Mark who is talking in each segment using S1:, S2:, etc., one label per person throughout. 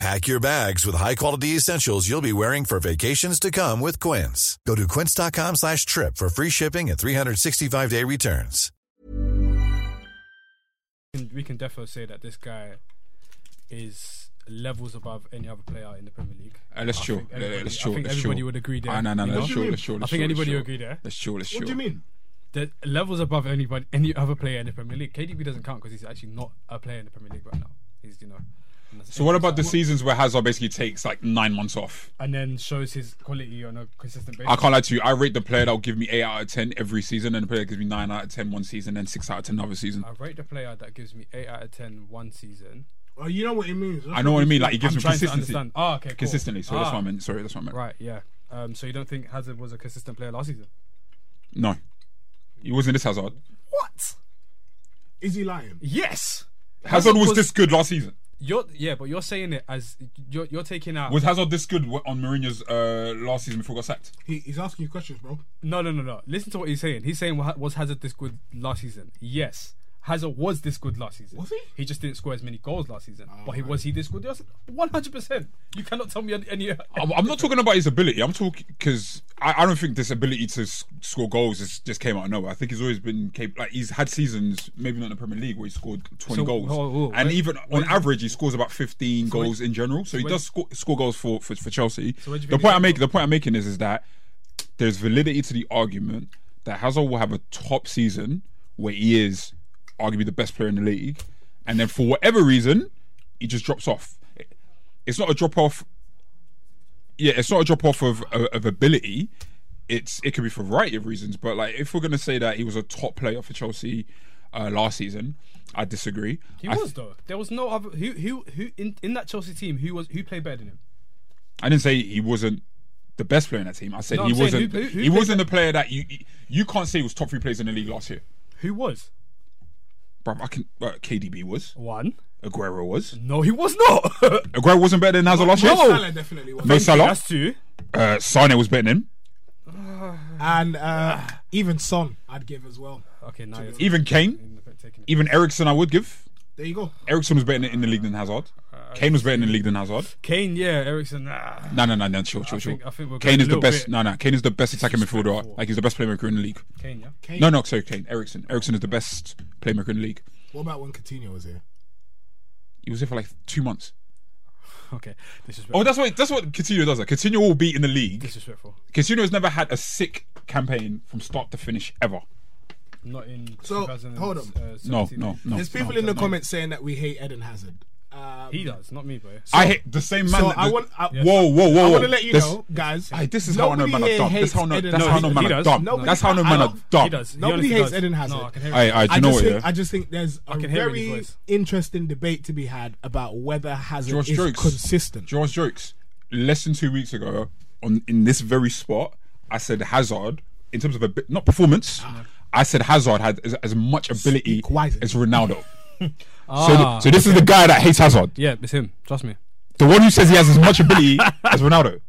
S1: Pack your bags with high-quality essentials you'll be wearing for vacations to come with Quince. Go to quince.com slash trip for free shipping and 365-day returns.
S2: can, we can definitely say that this guy is levels above any other player in the Premier League.
S3: Uh, let's
S2: I
S3: chill.
S2: think
S3: Yeah,
S2: everybody-
S3: Let's
S2: I
S3: chill.
S2: think
S3: let's
S2: everybody
S3: chill.
S2: would agree there.
S3: Ah, no, no,
S2: You
S3: no.
S2: know?
S3: Let's chill.
S4: mean?
S3: Let's chill.
S2: I
S3: let's
S2: think
S3: chill, let's
S2: anybody
S3: chill.
S2: would agree there.
S3: Let's chill. Let's chill.
S4: What do you mean?
S2: The levels above anybody, any other player in the Premier League. KDB doesn't count because he's actually not a player in the Premier League right now. He's you know. and that's-
S3: So what about the seasons where Hazard basically takes like nine months off?
S2: And then shows his quality on a consistent basis.
S3: I can't lie to you. I rate the player that will give me eight out of ten every season, and the player that gives me nine out of ten one season, and six out of ten another season.
S2: I rate the player that gives me eight out of 10 one season.
S4: Oh, you know what it means.
S3: I know what I mean. Like he gives
S2: I'm
S3: me
S2: trying to
S3: consistency.
S2: understand. Ah, okay, cool.
S3: Consistently. So that's
S2: Ah,
S3: what I meant. Sorry, that's what I meant.
S2: Right, yeah. Um, so you don't think Hazard was a consistent player last season?
S3: No, he wasn't this Hazard.
S2: What?
S4: Is he lying?
S2: Yes.
S3: Hazard was
S2: was-
S3: this good last season.
S2: You're yeah, but you're saying it as you're you're taking out.
S3: Was Hazard this good w- on Mourinho's uh, last season before he got sacked?
S4: He, he's asking you questions, bro.
S2: no, no, no, no. Listen to what he's saying. He's saying "Wa- was Hazard this good last season? Yes, Hazard was this good last season.
S4: Was he?
S2: He just didn't score as many goals last season. but he was he this good? One hundred percent. You cannot tell me any. any
S3: I'm, I'm not talking about his ability. I'm talking because I, I don't think this ability to s- score goals is, just came out of nowhere. I think he's always been capable. Like he's had seasons, maybe not in the Premier League, where he scored 20
S2: So, oh,
S3: goals,
S2: whoa, whoa,
S3: and
S2: wait,
S3: even on average, he scores about 15 goals in general. So he
S2: wait-
S3: does score, score goals for for, for Chelsea.
S2: where do you
S3: the
S2: think
S3: point
S2: he
S3: I'm making,
S2: got-
S3: the point I'm making is, is that there's validity to the argument that Hazard will have a top season where he is arguably the best player in the league, and then for whatever reason, he just drops off. It's not a drop off yeah, it's not a drop off of, of of ability. It's it could be for a variety of reasons, but like if we're gonna say that he was a top player for Chelsea uh, last season, I disagree.
S2: he
S3: I,
S2: was though. There was no other who who who in, in that Chelsea team who was who played better than him.
S3: I didn't say he wasn't the best player in that team. I said
S2: No,
S3: he
S2: I'm saying
S3: wasn't.
S2: who- who- who
S3: he
S2: played
S3: wasn't the player that you you can't say he was top three players in the league last year.
S2: Who was
S3: Bruv, I can. Uh, KDB was.
S2: one?
S3: Aguero was.
S2: No, he was not.
S3: Aguero wasn't better than Hazard last year.
S4: Salah definitely was.
S3: Mo Salah.
S2: That's two.
S3: Uh, Sane was better than him.
S4: And uh, even Son, I'd give as well.
S2: Okay, now you're
S3: Even Kane.
S2: taking
S3: Even Ericsson, I would give.
S4: There you go.
S3: Ericsson was better in the league than Hazard.
S2: Uh,
S3: Kane was better in the league than Hazard.
S2: Kane. Yeah, ah. Ericsson. Nah.
S3: No, no, no, no, chill, chill, chill.
S2: think- I think we're
S3: Kane
S2: going
S3: is
S2: a
S3: the
S2: little
S3: best.
S2: bit
S3: No, no, Kane is the best attacking midfielder. Like he's the best playmaker in the league.
S2: Kane. Yeah.
S3: No, no, sorry, Kane. Ericsson. Ericsson is the best playmaker in the league.
S4: What about when Coutinho was here?
S3: He was there for like two months.
S2: Okay. Disrespectful.
S3: Oh, that's what that's what Coutinho does. Like Coutinho will be in the league.
S2: disrespectful.
S3: Coutinho has never had a sick campaign from start to finish ever.
S2: Not in.
S4: So,
S2: 2000
S4: hold on.
S2: Uh,
S3: No,
S2: 17.
S3: no, no.
S4: There's people
S3: no,
S4: in the
S3: no.
S4: comments saying that we hate Eden Hazard. Um,
S2: He does, not me, bro.
S3: I hate the same man.
S4: So
S3: that
S4: I
S3: the-
S4: want- I-
S3: whoa, whoa, whoa!
S4: I
S3: whoa.
S4: want to let you
S3: Oh, This-
S4: know, guys.
S3: Aye, this is how I know
S4: nobody
S3: man are
S4: here
S3: dumb. That's
S4: hates
S3: how I know.
S4: Eden
S3: That's how I
S4: Hazard.
S3: know man
S2: he
S3: are
S2: does.
S3: dumb.
S2: Nobody-
S3: That's how I know man
S4: I- I
S3: are
S4: don't-
S3: dumb.
S2: He does. He
S4: Nobody
S2: honestly
S4: hates
S2: does.
S4: Eden Hazard.
S2: No, I can hear
S3: Aye,
S2: it.
S3: aye. Do
S4: I
S3: you know
S4: just,
S3: what?
S4: think,
S3: Yeah.
S4: I just think there's
S2: can
S4: a
S2: hear it in his
S4: very
S2: voice.
S4: interesting debate to be had about whether Hazard
S3: George
S4: is
S3: Strokes.
S4: consistent.
S3: George Jokes, less than two weeks ago, on in this very spot, I said Hazard in terms of a bit, not performance.
S2: Ah.
S3: I said Hazard had as, as much ability
S4: Speak wisely.
S3: as Ronaldo. so,
S2: Ah.
S3: th- so this is the guy that hates Hazard,
S2: Yeah, it's him. Trust me.
S3: the one who says he has as much ability as Ronaldo.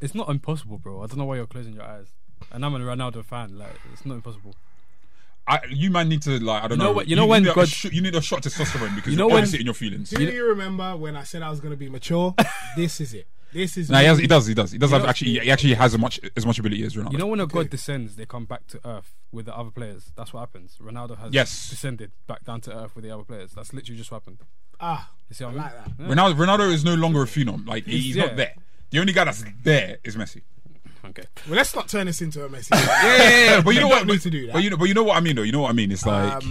S2: It's not impossible, bro. I don't know why you're closing your eyes. And I'm a Ronaldo fan. Like, it's not impossible.
S3: I, you man need to like I don't
S2: You know
S3: know.
S2: what- you know when
S3: need a
S2: God-
S3: sh- you need a shot to testosterone because you
S2: know
S3: know
S2: when-
S3: when in your feelings.
S4: Do you remember when I said I was going to be mature? this is it. This is
S3: Nah, he, has,
S4: me.
S3: he does. He does. He does have actually. He actually has as much as much ability as Ronaldo.
S2: You know when a god descends, they come back to earth with the other players. That's what happens. Ronaldo has
S3: Yes.
S2: descended back down to earth with the other players. That's literally just what happened.
S4: Ah,
S2: You see what I,
S4: I
S2: mean?
S4: like
S3: Ronaldo,
S4: that.
S3: Ronaldo is no longer a phenom. Like he's,
S2: He's- yeah.
S3: not there. The only guy that's there is Messi.
S2: Okay.
S4: Well, let's not turn this into a message.
S3: yeah, yeah, yeah. But you know
S4: You
S3: what?
S4: don't need to do that.
S3: But you know, but you know what I mean, though. You know what I mean. It's like,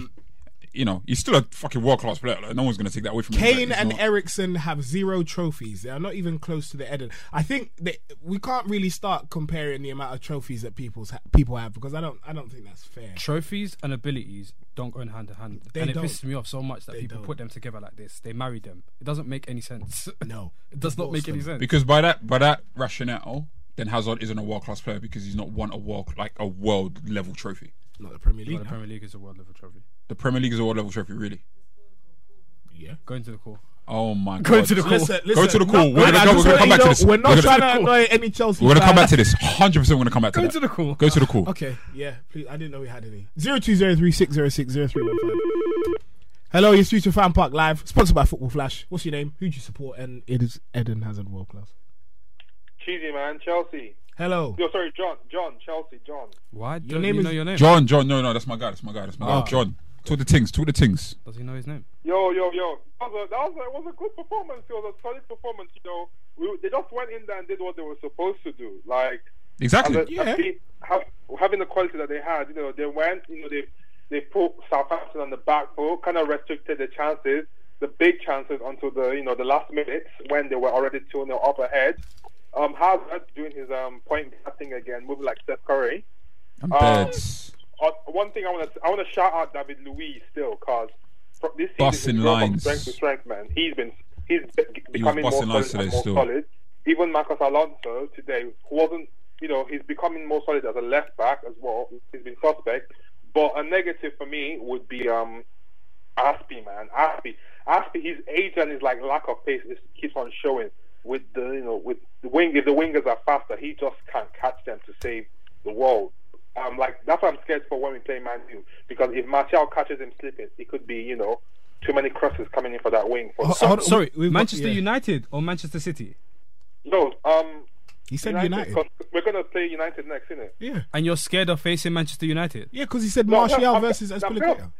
S3: you know, he's still a fucking world class player. Like, no one's gonna take that away from him. Like,
S4: Kane
S3: he's
S4: and
S3: not-
S4: Ericsson have zero trophies. They are not even close to the Eden. I think that we can't really start comparing the amount of trophies that people's ha- people have because I don't I don't think that's fair.
S2: Trophies and abilities don't go in hand in hand.
S4: They
S2: and it
S4: don't.
S2: pisses me off so much that people
S4: don't.
S2: put them together like this. They marry them. It doesn't make any sense.
S4: No.
S2: it does not
S4: Divorce
S2: make any
S4: them.
S2: sense.
S3: because by that by that rationale, then Hazard isn't a world class player because he's not won a world like a world level trophy.
S4: Not the Premier
S2: But
S4: League.
S2: the
S4: no.
S2: Premier League is a world level trophy.
S3: The Premier League is a world level trophy, really.
S4: yeah.
S2: Going to the core.
S3: Oh my
S2: Go
S3: god.
S2: to the court.
S4: Listen, listen,
S3: to the call. We're
S4: and
S3: gonna
S4: I
S3: go-
S4: just
S3: we're gonna
S4: wanna
S3: come back to
S4: let you
S3: this.
S4: We're
S3: We're
S4: not
S3: gonna-
S4: trying to annoy any Chelsea.
S3: We're gonna come
S4: fan.
S3: back to this. Hundred percent, we're gonna come back to
S2: Go
S3: that.
S2: to the call.
S3: Go to the call.
S4: Okay, yeah, please. I didn't know we had any. Zero two zero three six zero six zero three one five. Hello, you're through to Fan Park Live, sponsored by Football Flash. What's your name? Who do you support? And it is Eden Hazard, world class.
S5: Cheesy man, Chelsea.
S4: Hello.
S5: No, sorry, John, John, Chelsea, John.
S2: Why?
S4: Your
S2: Don't
S4: name
S2: you
S4: is-
S2: know your name?
S3: John, John, no, no, that's my guy. That's my guy. That's my guy.
S4: Okay.
S3: John, talk the things. Talk the things.
S2: Does he know his name?
S5: Yo, yo, yo. That was a, that was a, was a good performance. It was a solid performance. You know, we, they just went in there and did what they were supposed to do. Like as
S3: Exactly.
S5: a,
S4: Yeah.
S5: a team, ha having the quality that they had, you know, they went, you know, they they put Southampton on the back foot, kind of restricted the chances, the big chances, until the you know the last minutes when they were already two 0 up ahead. Um, Hazard doing his um point guard thing again, moving like Steph Curry.
S3: I'm
S5: um,
S3: dead.
S5: Uh, one thing I want to I want to shout out David Luiz still because this
S3: Busting
S5: season he's grown from
S3: lines.
S5: strength to strength, man. He's been he's be-
S3: He was
S5: becoming more
S3: busting
S5: solid
S3: lines
S5: and
S3: today
S5: more
S3: still.
S5: solid. Even Marcos Alonso today who wasn't you know he's becoming more solid as a left back as well. He's been suspect, but a negative for me would be um Aspie, man. Aspie. Aspie, his age and his like lack of pace just keeps on showing. With the you know, with the wing if the wingers are faster, he just can't catch them to save the world. Um like that's what I'm scared for when we play Man U. Because if Martial catches him slipping, it could be, you know, too many crosses coming in for that wing for
S4: So- Hold on,
S2: Sorry,
S4: we- we've got-
S2: Oh, Manchester
S4: yeah.
S2: United or Manchester City?
S5: No, um
S4: He said
S5: United,
S4: United.
S5: 'cause we're gonna play United next, isn't it?
S4: Yeah,
S2: And you're scared of facing Manchester United?
S4: yeah, because he said
S5: No, no,
S4: Martial
S5: I'm-
S4: versus
S5: I'm
S4: Espelika.
S5: scared.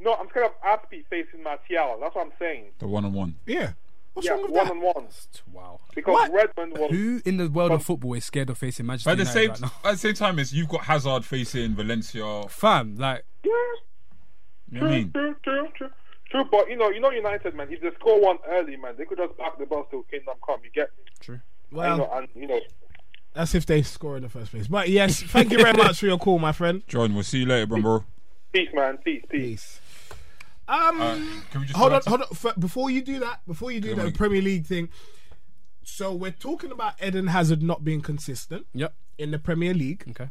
S5: No, I'm scared of Aspie facing Martial. That's what I'm saying.
S3: The one on one.
S4: Yeah. What's
S5: yeah,
S4: wrong with
S5: one
S4: that?
S5: on one.
S2: Wow.
S5: Because
S4: What?
S5: Redmond was
S2: Who in the world of football is scared of facing Manchester
S3: But at the
S2: United
S3: same
S2: right now?
S3: at the same time as you've got Hazard facing Valencia. You
S2: Fam, like,
S5: Yeah.
S3: know
S5: True,
S3: what I mean?
S5: true, true, true. True, but you know, you know, United man. If they score one early, man, they could just park the bus till Kingdom come. You get, me?
S2: true.
S5: you know,
S4: Well,
S5: and you know,
S4: that's if they score in the first place. But yes, thank you very much for your call, my friend.
S3: John, we'll see you later, bro. bro.
S5: peace, man, peace, peace.
S4: Peace. Um.
S3: Uh, can we just
S4: hold
S3: go
S4: on,
S3: back to-
S4: hold on. F- Before you do that, before you do
S3: Good
S4: that, the
S3: morning.
S4: Premier League thing. So we're talking about Eden Hazard not being consistent
S2: Yep.
S4: in the Premier League.
S2: Okay.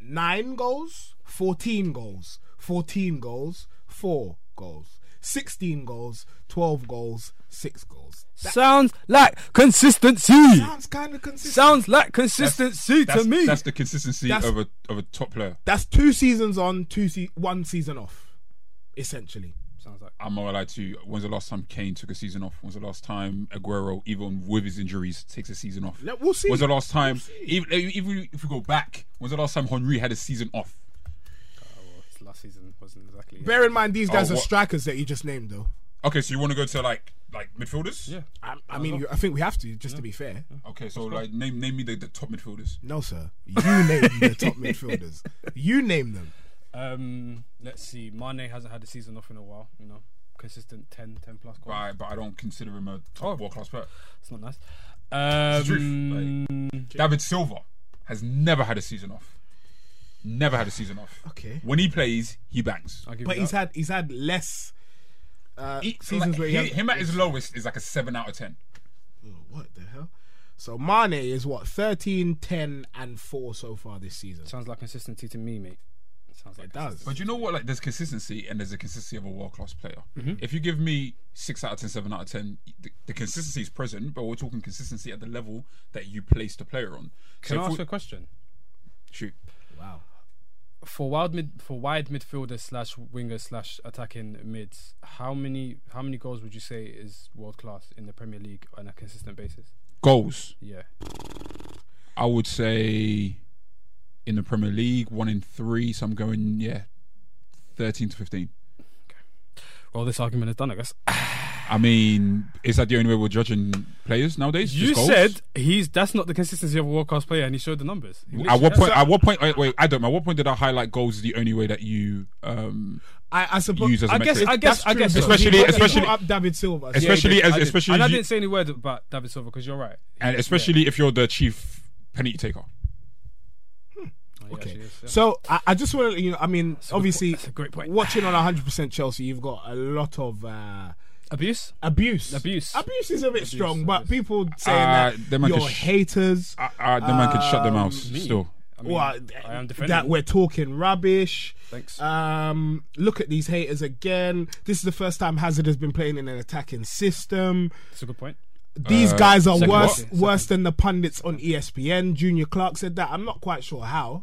S4: Nine goals, fourteen goals, fourteen goals, four goals, sixteen goals, twelve goals, six goals.
S2: Sounds like consistency.
S4: Sounds kind of consistent.
S2: Sounds like consistency
S3: That's,
S2: to me.
S3: that's the consistency
S4: That's-
S3: of a of a top player.
S4: That's two seasons on, two se- one season off, essentially.
S2: Sounds like.
S3: I'm not gonna lie to you. When's the last time Kane took a season off? When's the last time Aguero, even with his injuries, takes a season off?
S4: Let- we'll see.
S3: When's the last time, even, even if we go back, when's the last time Henry had a season off?
S2: Last season wasn't exactly.
S4: Bear in mind, these guys
S3: Oh,
S4: are
S3: what-
S4: strikers that you just named, though.
S3: Okay, so you want to go to like like midfielders?
S2: Yeah.
S4: I, I mean, you, I think we have to, just to be fair.
S3: Okay, so like name name me the, the top midfielders.
S4: No, sir. You name the top midfielders. You name them.
S2: Um, let's see. Mane hasn't had a season off in a while. You know, consistent 10, 10 plus goals.
S3: Right, but I don't consider him a
S4: Oh.
S3: top world class player.
S2: It's not nice.
S3: It's the
S2: Um,
S3: truth. Like, Mm, David Silva has never had a season off. Never had a season off.
S4: Okay.
S3: When he plays, he bangs.
S2: I'll give
S4: But
S2: you
S4: he's
S2: that.
S4: had he's had less uh,
S3: He-
S4: seasons
S3: like,
S4: where he,
S3: he-
S4: hasn't-
S3: him at his lowest is like a seven out of ten.
S4: Oh, what the hell? So Mane is what 13, 10, and four so far this season.
S2: sounds like consistency to me, mate. Sounds like
S4: It does.
S3: But you know what? Like, there's consistency and there's a consistency of a world class player.
S4: Mm-hmm.
S3: If you give me six out of ten, seven out of ten, the, the consistency is present. But we're talking consistency at the level that you place the player on.
S2: Can
S3: so
S2: I
S3: if
S2: ask
S3: we-
S2: a question?
S3: shoot,
S4: Wow.
S2: For wild mid, for wide midfielders slash wingers slash attacking mids, how many how many goals would you say is world class in the Premier League on a consistent basis?
S3: goals?
S2: Yeah,
S3: I would say in the Premier League, one in three. So I'm going yeah, thirteen to fifteen.
S2: Well, this argument is done, I guess.
S3: I mean, is that the only way we're judging players nowadays?
S2: You
S3: Just goals?
S2: said he's that's not the consistency of a world class player, and he showed the numbers. He
S3: At
S2: literally-
S3: what point? At what point? Wait, wait, Adam. At what point did I highlight goals as the only way that you um,
S4: I, I suppose.
S3: use as a
S2: I guess,
S3: metric?
S2: I guess, I guess,
S4: That's true, but
S3: Especially-
S4: he brought- he
S3: especially-
S4: brought up David Silva. so-
S3: especially
S2: I
S3: as
S2: did.
S3: especially
S2: And I
S3: as you-
S2: didn't say any word about David Silva because you're right.
S3: and especially if you're the chief penalty taker.
S2: He
S4: Okay.
S2: actually is, yeah.
S4: So I, I just want to, you know, I mean,
S2: a good
S4: obviously,
S2: point. That's a great point.
S4: watching on 100% Chelsea, you've got a lot of uh,
S2: abuse.
S4: abuse.
S2: Abuse.
S4: Abuse is a bit strong, but
S2: abuse.
S4: people saying
S3: Uh,
S4: that
S3: them man
S4: you're
S3: could sh-
S4: haters.
S3: Uh, uh, the man could shut their mouths
S2: Um, Me?
S3: still.
S2: I mean,
S4: Well,
S2: I am defending.
S4: that we're talking rubbish.
S2: Thanks.
S4: Um, look at these haters again. This is the first time Hazard has been playing in an attacking system.
S2: That's a good point.
S4: These
S3: Uh,
S4: guys are
S2: second
S4: worse
S2: what?
S4: worse than the pundits on E ESPN. Junior Clark said that. I'm not quite sure how.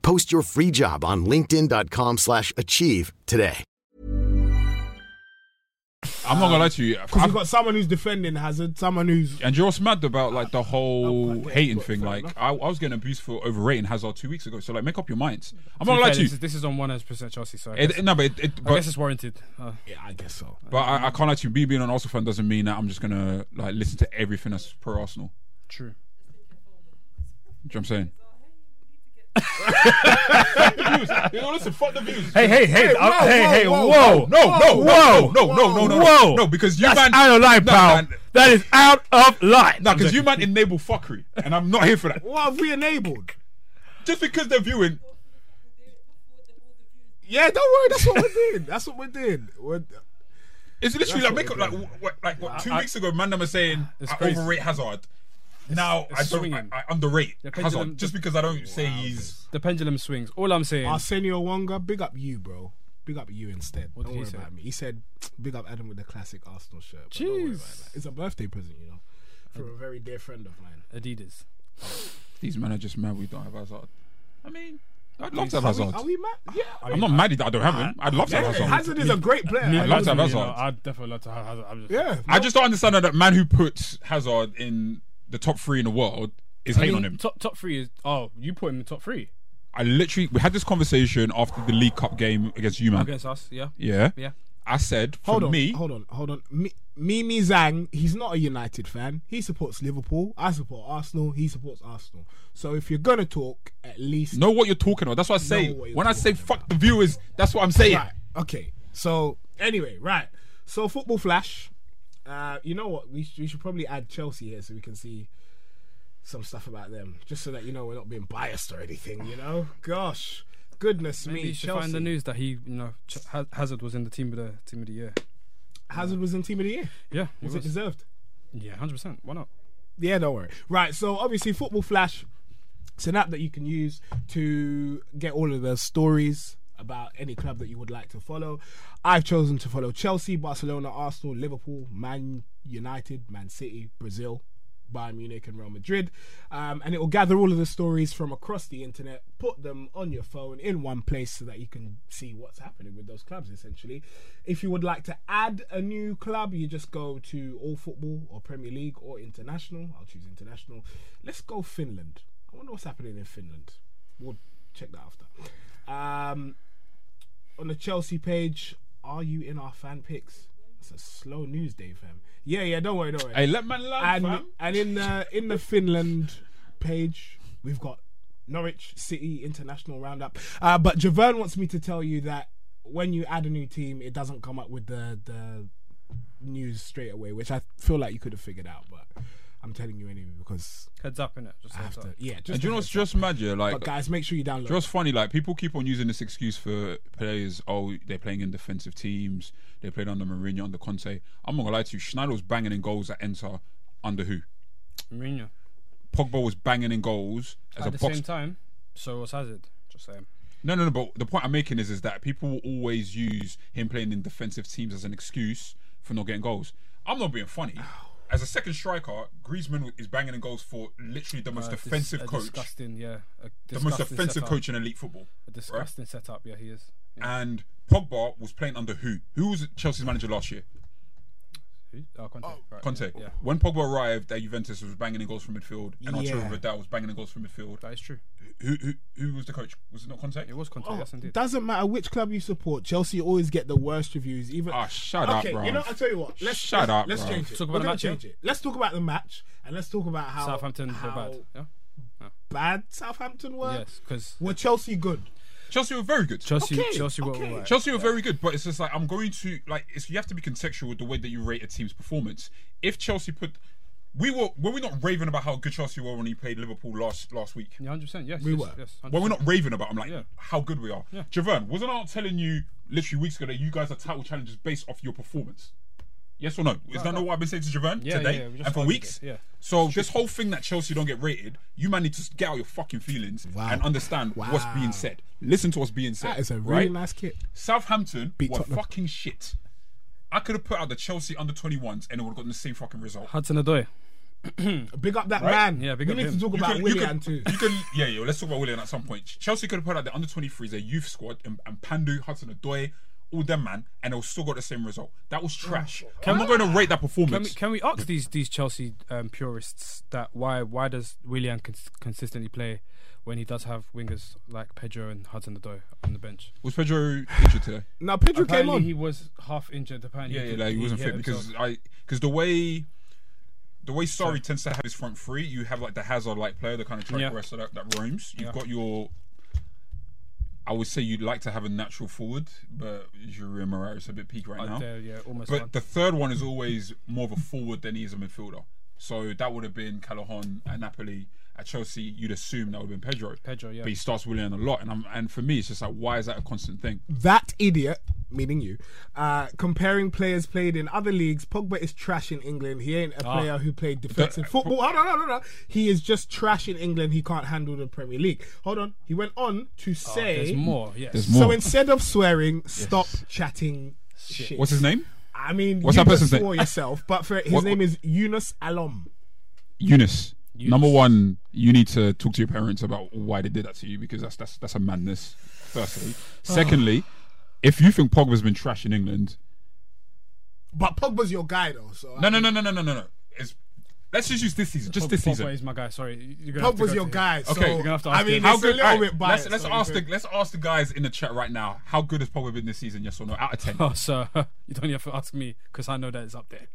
S6: Post your free job on linkedin.com/achieve slash achieve today.
S3: I'm not gonna lie to you.
S2: Uh,
S4: Because
S3: I've-
S4: you've got someone who's defending Hazard, someone who's
S3: And you're also mad about like the
S2: Oh,
S3: whole
S4: quite, yeah,
S3: hating
S4: but
S3: thing.
S4: fair
S3: Like
S4: enough.
S3: I, I was getting abused for overrating Hazard two weeks ago. So like, make up your minds.
S2: To
S3: I'm not
S2: be
S3: gonna lie
S2: fair,
S3: to
S2: this,
S3: you.
S2: is, this is on 100% Chelsea, so I guess,
S3: It, no, but it, it,
S2: I guess
S3: but,
S2: it's warranted. Uh,
S4: yeah, I guess so.
S3: but I, I can't lie to you. Me being an Arsenal fan doesn't mean that I'm just gonna like listen to everything that's pro Arsenal.
S2: true.
S3: Do you know what I'm saying?
S4: You know, listen, fuck the views.
S7: Hey, hey, hey, uh,
S4: whoa,
S7: hey,
S4: whoa,
S7: hey,
S4: whoa,
S7: whoa,
S3: No, no,
S7: whoa,
S3: no, no, no, no, no, no,
S7: whoa.
S3: no, because you
S7: That's
S3: man-
S7: out of line,
S3: No,
S7: pal.
S3: man.
S7: That is out of line.
S3: No, because you might enable fuckery, and I'm not here for that.
S4: What have we enabled?
S3: Just because they're viewing,
S4: Yeah, don't worry. That's what we're doing. That's what we're doing. We're,
S3: it's literally like make up like wh- wh- like what, two weeks ago, man, them were saying
S2: It's
S3: I
S2: crazy.
S3: overrate Hazard. Now
S2: it's
S3: I don't. I,
S2: swinging.
S3: I underrate
S2: They're pendulum-
S3: Hazard just because I don't say he's.
S2: The pendulum swings. All I'm saying.
S4: Arsenio Wonga, big up you, bro. Big up you instead.
S2: What
S4: don't
S2: did he
S4: worry
S2: say?
S4: about me. He said, "Big up Adam with the classic Arsenal shirt." but don't worry about
S2: Jeez.
S4: that. it's a birthday present, you know, from a very dear friend of mine.
S2: Adidas.
S3: These men are just mad we don't have Hazard. I mean, I'd love to have
S4: Are we,
S3: Hazard.
S4: are we mad? Yeah, I
S3: I'm not mad that I don't have him. I'd love to have
S4: mean,
S3: Hazard.
S4: Hazard is a great player.
S3: I'd love to have
S2: You
S3: Hazard.
S2: know, I'd definitely love to have Hazard. I'm just,
S4: yeah,
S3: I just don't understand that that man who puts Hazard in the top three in the world is
S2: I
S3: hating
S2: mean,
S3: on him.
S2: Top, top three is. Oh, you put him in top three
S3: I literally we had this conversation after the League Cup game against you, man.
S2: against us, yeah.
S3: Yeah,
S2: Yeah.
S3: I said for
S4: Hold on,
S3: me,
S4: hold on, hold on. Mi- Mimi Zhang, he's not a United fan. He supports Liverpool. I support Arsenal. He supports Arsenal. So if you're gonna talk, at least
S3: know what you're talking about. That's what I say.
S4: what you're
S3: When I
S4: talking
S3: say fuck the viewers, that's what I'm saying.
S4: Right. Okay. So anyway, right. So football flash. Uh, you know what? We should, we should probably add Chelsea here so we can see some stuff about them, just so that you know we're not being biased or anything. You know? Gosh, goodness
S2: Maybe
S4: me,
S2: you should
S4: Chelsea.
S2: find the news that he, you know, Ch- Ha- Hazard was in the team of the team of the year.
S4: Hazard was in team of the year.
S2: Yeah, he
S4: Was it
S2: was.
S4: deserved?
S2: yeah, hundred percent. Why not?
S4: Yeah, don't worry. Right, so obviously Football Flash, it's an app that you can use to get all of the stories about any club that you would like to follow. I've chosen to follow Chelsea, Barcelona, Arsenal, Liverpool, Man United, Man City, Brazil, Bayern Munich, and Real Madrid. Um, and it will gather all of the stories from across the internet, put them on your phone in one place so that you can see what's happening with those clubs essentially. If you would like to add a new club, you just go to All Football or Premier League or International. I'll choose International. Let's go Finland. I wonder what's happening in Finland. We'll check that after. Um, on the Chelsea page, are you in our fan picks? It's a slow news day, fam. Yeah, yeah, don't worry, don't worry
S3: Hey, let man love,
S4: and
S3: fam.
S4: and in the in the Finland page, we've got Norwich City International Roundup. Uh, but Javern wants me to tell you that when you add a new team, it doesn't come up with the the news straight away, which I feel like you could have figured out, but I'm telling you anyway because
S2: Heads up in it. Just
S4: I
S2: heads
S4: have to.
S2: up.
S4: Yeah, just
S3: And do you know what's just mad, yeah? Like,
S4: but guys, make sure you download.
S3: Just funny, like people keep on using this excuse for players. Oh, they're playing in defensive teams. They played under Mourinho, under Conte. I'm not gonna lie to you. Schneider was banging in goals at Enter under who?
S2: Mourinho.
S3: Pogba was banging in goals as
S2: At
S3: a
S2: the
S3: box.
S2: same time, so was Hazard. Just saying.
S3: No, no, no. But the point I'm making is, is that people will always use him playing in defensive teams as an excuse for not getting goals. I'm not being funny. As a second striker, Griezmann is banging in goals for literally the most
S2: Uh, dis-
S3: offensive
S2: a
S3: coach,
S2: Disgusting. Yeah. A
S3: the most
S2: disgusting
S3: offensive
S2: setup.
S3: coach in elite football.
S2: A
S3: right?
S2: disgusting setup. Yeah, he is. Yeah.
S3: and Pogba was playing under who? Who was Chelsea's manager last year?
S2: Who? Oh, Conte. Right,
S3: Conte.
S2: Yeah, yeah.
S3: When Pogba arrived, at Juventus was banging in goals from midfield, and Arturo
S4: Yeah.
S3: Vidal was banging in goals from midfield.
S2: that is true.
S3: Who, who who was the coach? Was it not Conte?
S2: It was Conte.
S4: Oh,
S2: yes, indeed.
S4: doesn't matter which club you support, Chelsea always get the worst reviews. Even
S3: Ah, shut up,
S4: okay,
S3: bro.
S4: you know, I tell you what. Let's
S3: Shut
S4: let's,
S3: up,
S4: Let's
S3: bruv.
S4: change it.
S2: Talk about the
S4: We're gonna
S2: match, yeah?
S4: change it. Let's talk about the match and let's talk about how
S2: Southampton were
S4: how
S2: bad. Yeah.
S4: bad Southampton were.
S2: Yes, because
S4: Were Chelsea good?
S3: Chelsea were very good.
S2: Chelsea,
S4: Okay,
S2: Chelsea were
S4: okay.
S2: alright.
S3: Chelsea were very good, but it's just like I'm going to like it's, you have to be contextual with the way that you rate a team's performance. If Chelsea put, we were were we not raving about how good Chelsea were when he played Liverpool last last week?
S2: Yeah, hundred percent. Yes,
S4: We
S2: yes,
S4: were.
S2: Yes, 100%.
S3: Well, we're not raving about. I'm like
S2: Yeah.
S3: how good we are.
S2: Yeah.
S3: Javon, wasn't I telling you literally weeks ago that you guys are title challengers based off your performance? Yes or no? Is that not what I've been saying to Javon
S2: Yeah,
S3: today
S2: yeah, yeah, we just
S3: and for
S2: argued
S3: weeks?
S2: it, yeah.
S3: So this whole thing that Chelsea don't get rated, you man need to get out your fucking feelings
S4: Wow.
S3: and understand what's
S4: Wow.
S3: being said. Listen to what's being said.
S4: That is a really
S3: right?
S4: nice kit.
S3: Southampton
S4: Beat
S3: were
S4: Tottenham.
S3: fucking shit. I could have put out the Chelsea under 21s and it would have gotten the same fucking result.
S2: Hudson Odoi.
S4: Big up that
S3: Right?
S4: man.
S2: Yeah, big
S4: we
S2: up
S4: need
S2: him.
S4: to talk
S3: You
S4: about
S3: could- you
S4: Willian too.
S3: could- you could- yeah, yeah. Let's talk about Willian at some point. Chelsea could have put out the under 23s, their youth squad, and, and Pandu, Hudson Odoi, all them man, and they still got the same result. That was trash. I'm not going to rate that
S2: Can we,
S3: performance.
S2: can we ask these these Chelsea um, purists that why why does Willian cons- consistently play when he does have wingers like Pedro and Hudson Odoi on the bench?
S3: Was Pedro injured today?
S4: Now Pedro came
S2: Apparently
S4: on.
S2: he was half injured. Apparently,
S3: Yeah, yeah.
S2: did-
S3: Like he wasn't
S2: hurt
S3: fit because
S2: himself.
S3: I because the way. The way Surrey tends to have his front three, you have like the Hazard-like player, the kind of track
S2: Yeah.
S3: wrestler that, that roams. You've got your I would say you'd like to have a natural forward, but Jurrian Moreira is a bit peak right now.
S2: there, yeah, almost.
S3: but
S2: done.
S3: the third one is always more of a forward than he is a midfielder. So that would have been Callahan at Napoli. At Chelsea, you'd assume that would have been Pedro.
S2: Pedro, yeah.
S3: But he starts Willian a lot, and I'm, and for me, it's just like, why is that a constant thing?
S4: that idiot, meaning you, uh, comparing players played in other leagues. Pogba is trash in England. He ain't a
S3: Ah.
S4: player who played
S3: uh,
S4: defensive football. Hold on, hold on, hold on. He is just trash in England. He can't handle the Premier League. Hold on. He went on
S3: Ah,
S4: to
S2: there's
S4: say.
S2: more. Yes,
S4: so instead of swearing, stop chatting shit.
S3: What's his name?
S4: I mean,
S3: What's
S4: you
S3: that person's
S4: just
S3: name?
S4: swore yourself, but for his
S3: What-
S4: name is Yunus Alom.
S3: Eunice. Number one, you need to talk to your parents about why they did that to you because that's that's that's a madness. Firstly,
S2: Ah.
S3: secondly, if you think Pogba's been trash in England,
S4: But Pogba's your guy though, so
S3: no, no, no, no, no, no, no, no. It's, let's just use this season, just this
S2: Pogba
S3: season.
S2: is my guy. Sorry, you're gonna have to
S4: Pogba's
S2: go
S4: your
S2: to Oh, him.
S4: guy. So,
S3: Okay, you're gonna
S2: have to
S4: I
S2: ask
S4: mean,
S2: him.
S4: it's a
S3: alright,
S4: little bit
S3: Let's,
S4: biased.
S3: let's
S4: so
S3: ask
S4: you
S3: the let's ask the guys in the chat right now. How good has Pogba been this season? Yes or no? Out of ten.
S2: Oh, so you don't have to ask me because I know that it's up there.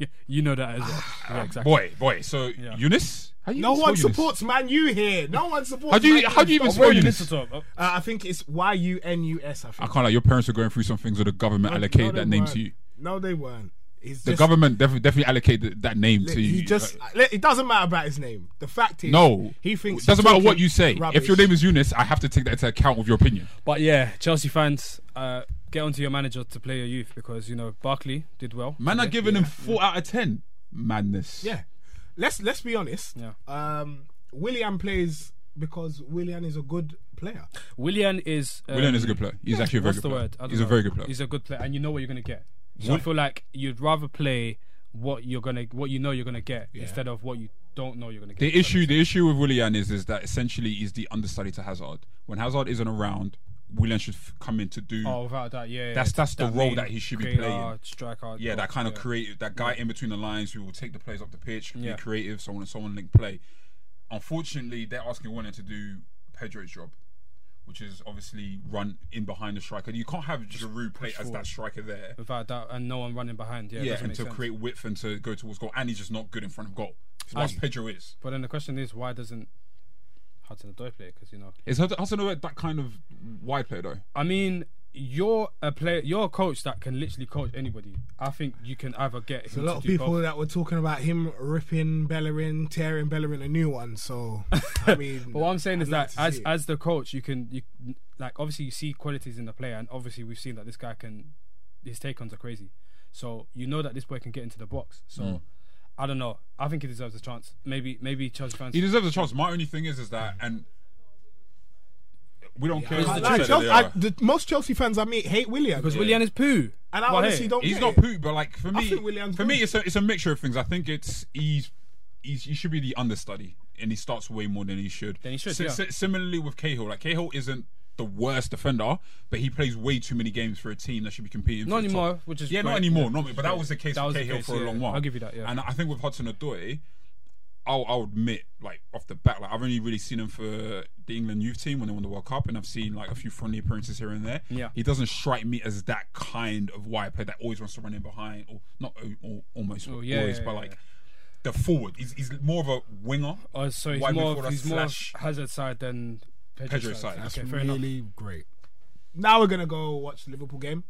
S2: you know that as well. Yeah, exactly.
S3: Boy, boy. So Eunice, how do you
S4: No
S3: even spell
S4: one
S3: Eunice?
S4: supports Man U here. No one supports.
S3: How do you
S4: Man
S3: how do you even
S4: Stop
S3: spell
S4: worrying.
S3: Eunice?
S2: Top, uh,
S4: Uh, I think it's Y U N U S. I
S3: I
S4: think.
S3: can't lie. Your parents are going through some things, or the government allocated
S4: they
S3: that name
S4: weren't.
S3: to you.
S4: No, they weren't. He's
S3: The
S4: just,
S3: government def- definitely allocated that name to you.
S4: He just.
S3: Uh,
S4: let- It doesn't matter about his name. The fact is,
S3: no.
S4: he thinks.
S3: doesn't
S4: he's
S3: matter what
S4: talking
S3: you say. If your
S4: rubbish.
S3: name is Eunice, I have to take that into account with your opinion.
S2: But yeah, Chelsea fans, uh, get onto your manager to play your youth because you know Barkley did well.
S3: Man,
S2: today.
S3: are giving him four out of ten. Madness.
S4: yeah, let's let's be honest.
S2: Yeah.
S4: Um, Willian plays because Willian is a good player.
S2: Willian is. Um,
S3: Willian is a good player. He's actually a very
S2: What's
S3: good
S2: the
S3: player.
S2: word? I don't
S3: He's a
S2: know.
S3: very good player.
S2: He's a good player, and you know what you're gonna get. So I feel like you'd rather play what you're gonna, what you know you're gonna get, instead of what you don't know you're gonna get.
S3: The issue, the issue with Willian is, is that essentially he's the understudy to Hazard. When Hazard isn't around, Willian should f- come in to do
S2: Oh, without that, yeah. yeah,
S3: That's- that's the role
S2: main
S3: that he should be
S2: creator,
S3: playing.
S2: Striker.
S3: yeah that kind of
S2: yeah.
S3: creative, that guy in between the lines who will take the plays up the pitch,
S2: Yeah.
S3: be creative, so on and so on, link play. Unfortunately, they're asking Willian to do Pedro's job, which is obviously run in behind the striker. You can't have Giroud play as that striker there.
S2: Without that, and no one running behind. Yeah, it
S3: Yeah,
S2: doesn't
S3: and
S2: make
S3: to
S2: sense.
S3: create width and to go towards goal, and he's just not good in front of goal. As Pedro is.
S2: But then the question is, why doesn't Hudson Odoi play? Because you know,
S3: Is Hudson Odoi that kind of wide player though?
S2: I mean, you're a player, you're a coach that can literally coach anybody. I think you can either get
S4: A
S2: him
S4: lot
S2: to
S4: of
S2: do
S4: people
S2: both.
S4: that were talking about him ripping Bellerin, tearing Bellerin a new one. So I mean,
S2: But what I'm saying is
S4: I'd like
S2: that
S4: to
S2: as
S4: see it.
S2: as the coach, you can you like obviously you see qualities in the player, and obviously we've seen that this guy can his take ons are crazy. So you know that this boy can get into the box. So
S4: Mm.
S2: I don't know. I think he deserves a chance. Maybe maybe Chelsea fans.
S3: He deserves a chance. My only thing is, is that, and we don't care.
S4: I
S3: who
S4: like
S3: said
S4: Chelsea-
S3: they
S4: I-
S3: are.
S4: the, most Chelsea fans I meet hate Willian
S2: because Willian is poo.
S4: and I
S2: But hey,
S4: honestly don't.
S3: he's
S4: get
S3: not
S4: it.
S3: poo, but like for
S4: I
S3: me,
S4: think Willian's
S3: for me,
S4: good.
S3: it's a it's a mixture of things. I think it's he's, he's he should be the understudy, and he starts way more than he should.
S2: Than he should, yeah.
S3: similarly with Cahill, like Cahill isn't the worst defender, but he plays way too many games for a team that should be competing.
S2: Not
S3: for the
S2: anymore,
S3: top.
S2: which is
S3: yeah,
S2: great,
S3: not anymore.
S2: yeah.
S3: Not, but that was the case
S2: That
S3: with
S2: was the
S3: Cahill
S2: case,
S3: for a
S2: yeah,
S3: long
S2: yeah.
S3: while.
S2: I'll give you that, yeah.
S3: and I think with Hudson Odoi. I'll, I'll admit, like off the bat, like I've only really seen him for the England youth team when they won the World Cup, and I've seen like a few friendly appearances here and there.
S2: Yeah.
S3: he doesn't strike me as that kind of wide player that always wants to run in behind, or not o- or, almost
S2: Oh, yeah,
S3: always,
S2: yeah,
S3: but
S2: yeah,
S3: like
S2: yeah.
S3: the forward. He's, he's more of a winger.
S2: Oh, so he's
S3: wide
S2: more
S3: midfielder
S2: he's more
S3: slash-
S2: hazard side than
S3: Pedro side.
S4: That's
S2: Okay, fair enough.
S4: really great. Now we're gonna go watch the Liverpool game.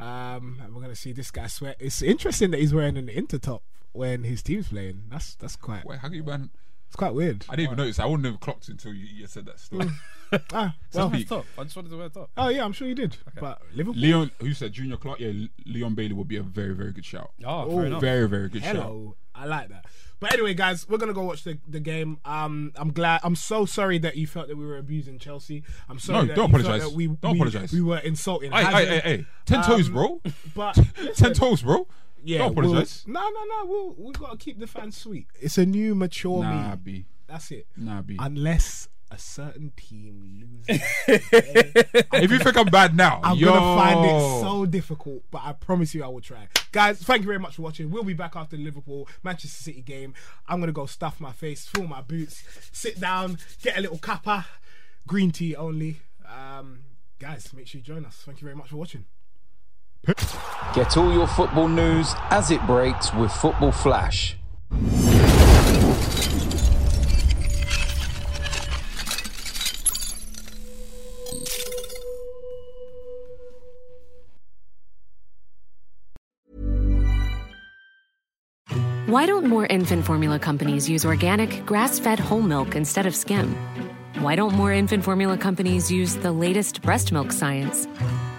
S4: Um, and we're gonna see this guy sweat. It's interesting that he's wearing an intertop when his team's playing. That's that's quite
S3: Wait, how can you ban?
S4: it's quite weird.
S3: I didn't even notice. I wouldn't have clocked until you, you said that story.
S4: Ah,
S2: Well,
S4: well,
S3: Speak.
S2: it's top. I just wanted to wear top.
S4: oh yeah, I'm sure you did. But Liverpool,
S3: Leon, who said Junior Clark? Yeah, Le- Leon Bailey would be a very, very good shout.
S2: Oh, fair enough.
S3: Very, very good shout.
S4: hello, I like that. But anyway, guys, we're gonna go watch the, the game. Um, I'm glad. I'm so sorry that you felt that we were abusing Chelsea. I'm sorry.
S3: No,
S4: that
S3: don't
S4: you felt
S3: apologise.
S4: that We,
S3: Don't
S4: we,
S3: apologise.
S4: We were insulting.
S3: Hey, hey,
S4: Hazard.
S3: hey, hey. Ten toes,
S4: Um,
S3: bro.
S4: But
S3: Ten
S4: listen,
S3: toes, bro.
S4: Yeah,
S3: Don't apologise.
S4: We'll, no, no, no. We'll, we've got to keep the fans sweet. It's a new, mature
S3: Nah,
S4: me.
S3: B.
S4: That's it.
S3: Nah, B.
S4: Unless a certain team loses,
S3: if you think I'm bad now,
S4: I'm
S3: yo.
S4: gonna find it so difficult. But I promise you, I will try. Guys, thank you very much for watching. We'll be back after the Liverpool Manchester City game. I'm gonna go stuff my face, fill my boots, sit down, get a little kappa, green tea only. Um, guys, make sure you join us. Thank you very much for watching.
S8: Get all your football news as it breaks with Football Flash.
S9: Why don't more infant formula companies use organic, grass fed whole milk instead of skim? Why don't more infant formula companies use the latest breast milk science?